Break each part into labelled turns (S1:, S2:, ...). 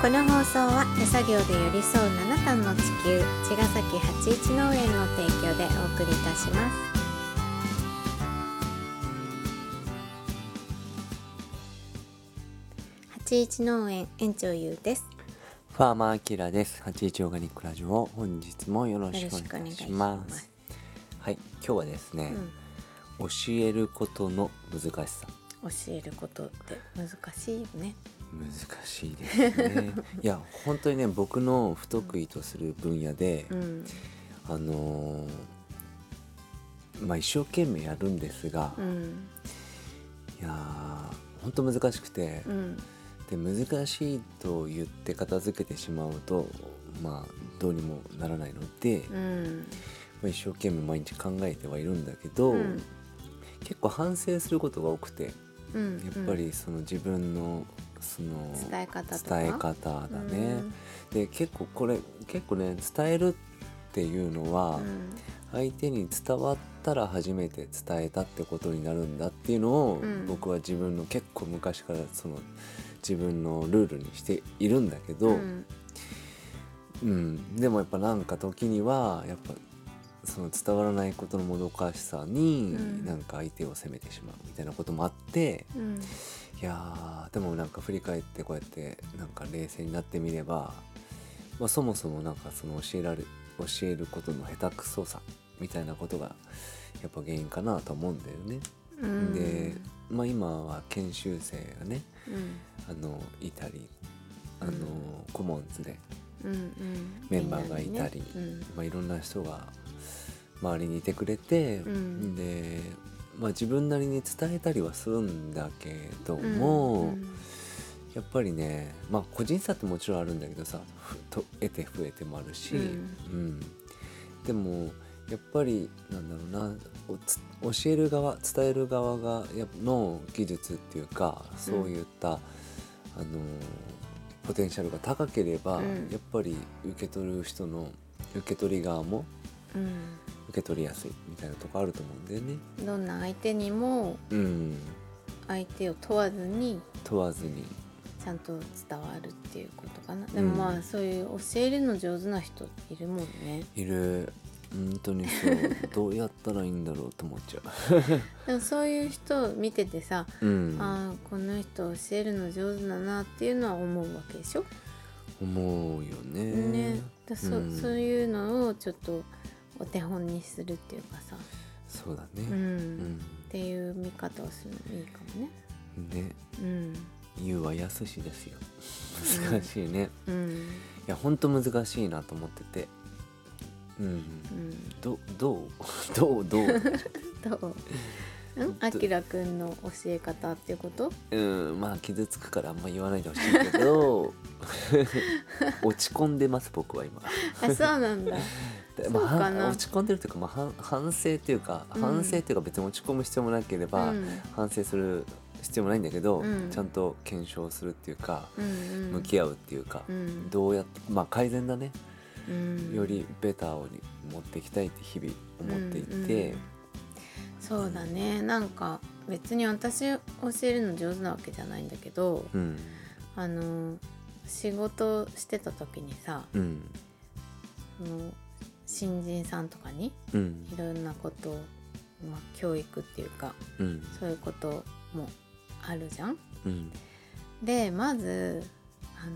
S1: この放送は手作業で寄り添う七段の地球茅ヶ崎八一農園の提供でお送りいたします八一農園園長ゆうです
S2: ファーマーアキラです。81オーガニックラジオ、本日もよろし
S1: よ
S2: くお願いし
S1: ろしくお願
S2: ま
S1: いしますす。
S2: はい、今日はですね、
S1: う
S2: 教えることの難しさ。
S1: ん、教えることって難しいよね
S2: 難しいですね。 いや、本当にね、僕の不得意とする分野で、
S1: うん
S2: あのーまあ一生懸命やるんですが、
S1: うん
S2: いやー、本当難しくて、
S1: うん
S2: で難しいと言って片付けてしまうと、まあどうにもならないので。
S1: うん
S2: まあ一生懸命毎日考えてはいるんだけど、
S1: うん
S2: 結構反省することが多くてや
S1: うん
S2: っぱりその自分のその
S1: 伝え方とか
S2: 伝え方だね。で結構これ結構ね伝えるっていうの
S1: う
S2: は
S1: ん
S2: 相手に伝わったら初めて伝えたってことになるんだっていうのを、
S1: うん
S2: 僕は自分の結構昔からその自分のルールにしているんだけど。
S1: うん
S2: うん、でもやっぱなんか時にはやっぱその伝わらないことのもどかしさに、
S1: うん
S2: なんか相手を責めてしまうみたいなこともあって
S1: うん
S2: いやーでもなんか振り返ってこうやってなんか冷静になってみれば、まあ、そもそもなんかその教えられ教えることの下手くそさみたいなことがやっぱ原因かなと思うんだよね。
S1: うん
S2: で、まあ、今は研修生がね
S1: うん
S2: あのいたりあの、
S1: うん
S2: コモンズで
S1: うんうん、
S2: メンバーがいたり
S1: みんなにね
S2: まあ、いろんな人が周りにいてくれて、
S1: うん
S2: で、まあ、自分なりに伝えたりはするんだけど
S1: うん、
S2: も、
S1: うん
S2: やっぱりね、まあ、個人差ってもちろんあるんだけどさふと得て増えてもあるし、
S1: う
S2: うんんでもやっぱりなんだろうなおつ教える側伝える側がやっぱの技術っていうかそういった、あのポテンシャルが高ければ、
S1: うん
S2: やっぱり受け取る人の受け取り側も
S1: うん
S2: 受け取りやすいみたいなとこあると思うんだよね。
S1: どんな相手にも
S2: うん、
S1: 相手を問わずに
S2: 問わずに
S1: ちゃんと伝わるっていうことかなでもま
S2: う
S1: あ
S2: ん
S1: そういう教えるの上手な人いるもんね
S2: いる本当にそうどうやったらいいんだろうと思っちゃう。
S1: でもそういう人を見ててさ、
S2: うん、
S1: ああこの人教えるの上手だなっていうのは思うわけでしょ、
S2: 思うよね。
S1: ねだそ,、う
S2: うん
S1: そういうのをちょっとお手本にするっていうかさ、
S2: そうだ
S1: うん
S2: ね。うん
S1: っていう見方をするのいいかもね
S2: ね、
S1: うん
S2: 言うはやすしですよ。難しいね。
S1: うん
S2: いや本当難しいなと思ってて。うん。
S1: うん
S2: どどう どうどう。
S1: どう。うん、あきらくんの教え方っていう こと。
S2: うんまあ傷つくからあんま言わないでほしいけど落ち込んでます僕は今。
S1: あ、そうなんだ。
S2: で
S1: そうかな
S2: まあはん落ち込んでるというか、まあ、はん反省というか、
S1: うん
S2: 反省というか別に落ち込む必要もなければ、
S1: うん、
S2: 反省する必要もないんだけど、
S1: うん
S2: ちゃんと検証するっていうか、
S1: うん、
S2: 向き合うっていうか、
S1: うん、
S2: どうやっまあ改善だね、
S1: うん
S2: よりベターに持っていきたいって日々思っていて、
S1: うんうんそうだね、なんか別に私教えるの上手なわけじゃないんだけど、
S2: うん
S1: あの仕事してた時にさ、
S2: うん
S1: その新人さんとかに
S2: うん
S1: いろんなことを、まあ教育っていうか
S2: うん
S1: そういうこともあるじゃん。
S2: うん
S1: でまずあの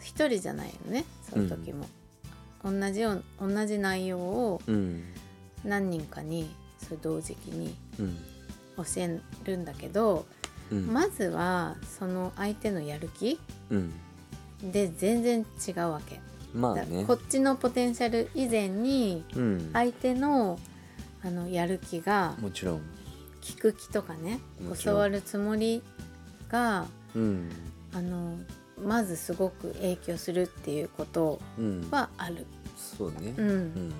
S1: 一人じゃないよねその時も、同じよう同じ内容を
S2: うん
S1: 何人かにそれ同時期に
S2: うん
S1: 教えるんだけど、
S2: うん
S1: まずはその相手のやる気
S2: うん
S1: で全然違うわけ、
S2: まあ
S1: だから
S2: ね
S1: こっちのポテンシャル以前に
S2: うん、
S1: 相手のあのやる気が
S2: もちろん、
S1: 聞く気とかね
S2: もちろ
S1: 教
S2: ん
S1: わるつもりが
S2: うん
S1: あのまずすごく影響するっていうこと
S2: うん、
S1: はある。
S2: そうね、
S1: うん
S2: うん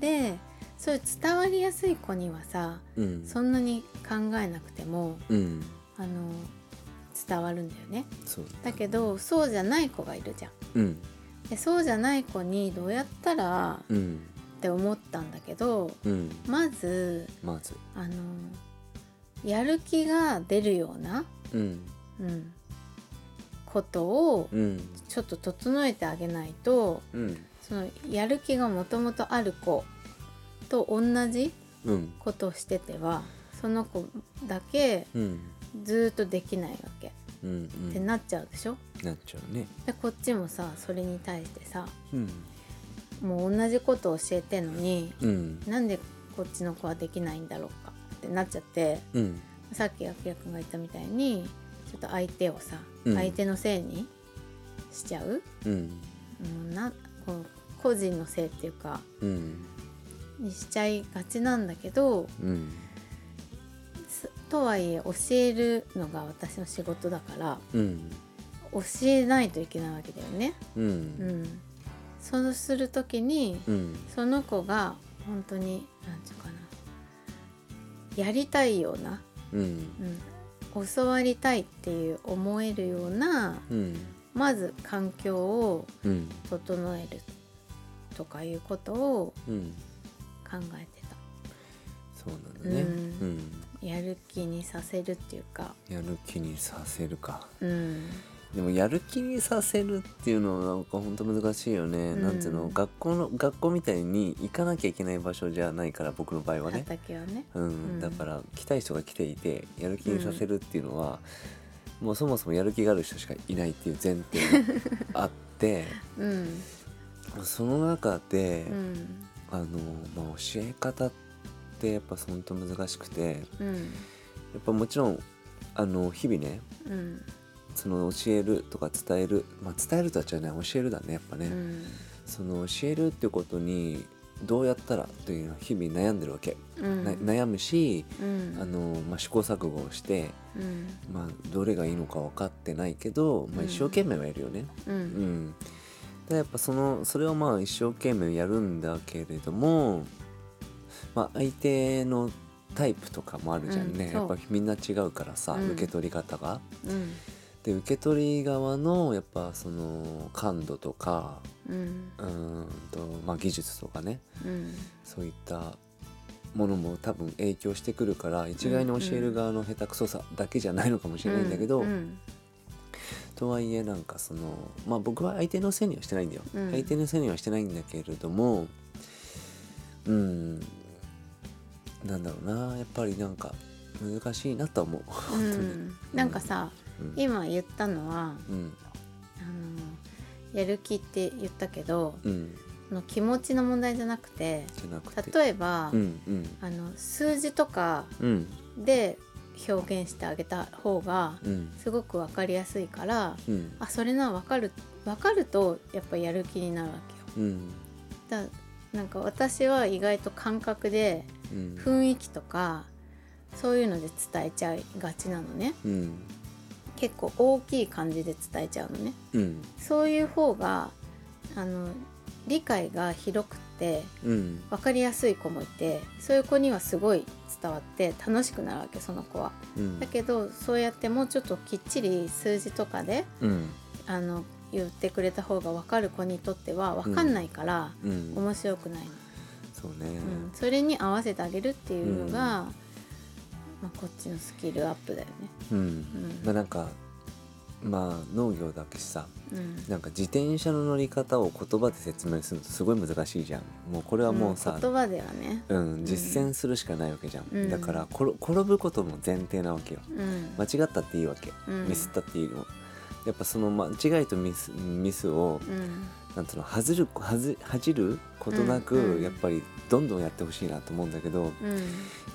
S1: でそういう伝わりやすい子にはさ
S2: うん、
S1: そんなに考えなくても
S2: うん、
S1: あの伝わるんだよね。
S2: そう
S1: だけどそうじゃない子がいるじゃん。
S2: うん
S1: でそうじゃない子にどうやったら
S2: うん
S1: って思ったんだけど
S2: うん
S1: まず
S2: まず
S1: あのやる気が出るような、
S2: うん
S1: うん、子ことを
S2: うん
S1: ちょっと整えてあげないと
S2: うん
S1: そのやる気がもともとある子と同じ
S2: うん
S1: ことをしててはその子だけ
S2: うん
S1: ずーっとできないわけっ
S2: うんうん
S1: てなっちゃうでしょ、
S2: なっちゃうね
S1: でこっちもさそれに対してさ
S2: うん
S1: もう同じことを教えてんのに
S2: うん
S1: なんでこっちの子はできないんだろうかってなっちゃって
S2: うん
S1: さっきあきらくんが言ったみたいにちょっと相手をさ、
S2: うん
S1: 相手のせいにしちゃう、
S2: うん
S1: うん、なこう個人のせいっていうか
S2: うん
S1: にしちゃいがちなんだけど
S2: うん
S1: すとはいえ教えるのが私の仕事だから
S2: うん
S1: 教えないといけないわけだよね。
S2: う
S1: うんん、そうする時に
S2: うん
S1: その子が本当に何て言うかなやりたいような、
S2: うん
S1: うん、教わりたいっていう思えるような
S2: うん
S1: まず環境を
S2: うん
S1: 整えるとかいうことを
S2: うん
S1: 考えて
S2: そうなんだね
S1: う
S2: うん
S1: たやる気にさせるっていうか、
S2: やる気にさせるか
S1: うん、
S2: でもやる気にさせるっていうのはなんか本当難しいよね、
S1: うん
S2: なんていうの学校の学校みたいに行かなきゃいけない場所じゃないから僕の場合はね、
S1: 畑はね
S2: うん
S1: ん
S2: だから来たい人が来ていてやる気にさせるっていうのは、もうそもそもやる気がある人しかいないっていう前提 があって
S1: うん
S2: その中で、
S1: うん
S2: あのまあ、教え方ってやっぱ本当難しくてや
S1: うん
S2: っぱもちろんあの日々ね
S1: うん
S2: その教えるとか伝える、まあ、伝えるとは違うね教えるだねやっぱね。
S1: うん
S2: その教えるっていうことにどうやったらというのは日々悩んでるわけ、
S1: うん
S2: な悩むし
S1: うん
S2: あの、まあ、試行錯誤をして、
S1: うん
S2: まあ、どれがいいのか分かってないけど、まあ、
S1: うん
S2: 一生懸命はやるよね。
S1: う
S2: うん
S1: ん
S2: でやっぱそのそれをまあ一生懸命やるんだけれども、まあ、相手のタイプとかもあるじゃんね、
S1: うんそ
S2: や
S1: う
S2: っぱみんな違うからさ、
S1: うん
S2: 受け取り方が。
S1: うん
S2: で受け取り側のやっぱその感度とか
S1: うん
S2: うーんと、まあ、技術とかね
S1: うん
S2: そういったものも多分影響してくるから一概に教える側の下手くそさだけじゃないのかもしれないんだけど、
S1: うん
S2: とはいえなんかそのまあ僕は相手のせいにはしてないんだよ、
S1: うん
S2: 相手のせいにはしてないんだけれどもうんなんだろうなやっぱりなんか難しいなとは思う
S1: う
S2: 本当に。
S1: んなんかさ
S2: うん
S1: 今言ったのは
S2: うん
S1: あのやる気って言ったけど
S2: うん
S1: その気持ちの問題じゃなくて
S2: じゃなくて。
S1: 例えば
S2: うんうん
S1: あの数字とか
S2: うん
S1: で表現してあげた方が
S2: うん
S1: すごく分かりやすいから
S2: うん
S1: あそれな分かる分かるとやっぱやる気になるわけよ。
S2: うん
S1: だなんか私は意外と感覚で
S2: うん
S1: 雰囲気とかそういうので伝えちゃいがちなのね
S2: うん
S1: 結構大きい感じで伝えちゃうのね
S2: うん
S1: そういう方があの理解が広くて
S2: うん
S1: 分かりやすい子もいてそういう子にはすごい伝わって楽しくなるわけその子は。
S2: うん
S1: だけどそうやってもうちょっときっちり数字とかで
S2: うん
S1: あの言ってくれた方が分かる子にとっては分かんないから
S2: うん
S1: 面白くないの。
S2: そうね、
S1: うん、それに合わせてあげるっていうのが、まあ、こっちのスキルアップだよね。
S2: うん
S1: うん
S2: まあなんかまあ農業だけしさ
S1: うん、
S2: なんか自転車の乗り方を言葉で説明するのすごい難しいじゃんもうこれはもうさ
S1: ん、言葉ではね、
S2: うん、実践するしかないわけじゃん、
S1: うん
S2: だから転転ぶことも前提なわけよ
S1: うん
S2: 間違ったっていいわけ、
S1: うん
S2: ミスったっていいのやっぱその間違いとミスミスを
S1: うん
S2: なんつうの恥じる恥じ恥じることなく、
S1: うんうん
S2: やっぱりどんどんやってほしいなと思うんだけど、
S1: うん
S2: や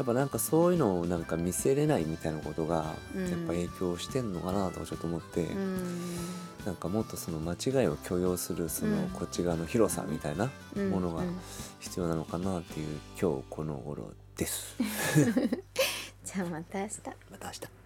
S2: っぱなんかそういうのをなんか見せれないみたいなことが
S1: うん
S2: やっぱ影響してんのかなとかちょっと思って、
S1: うん
S2: なんかもっとその間違いを許容するその
S1: うん
S2: こっち側の広さみたいな
S1: うん、
S2: ものが
S1: うん
S2: 必要なのか なっていう今日この頃です。
S1: じゃあまた明日。
S2: また明日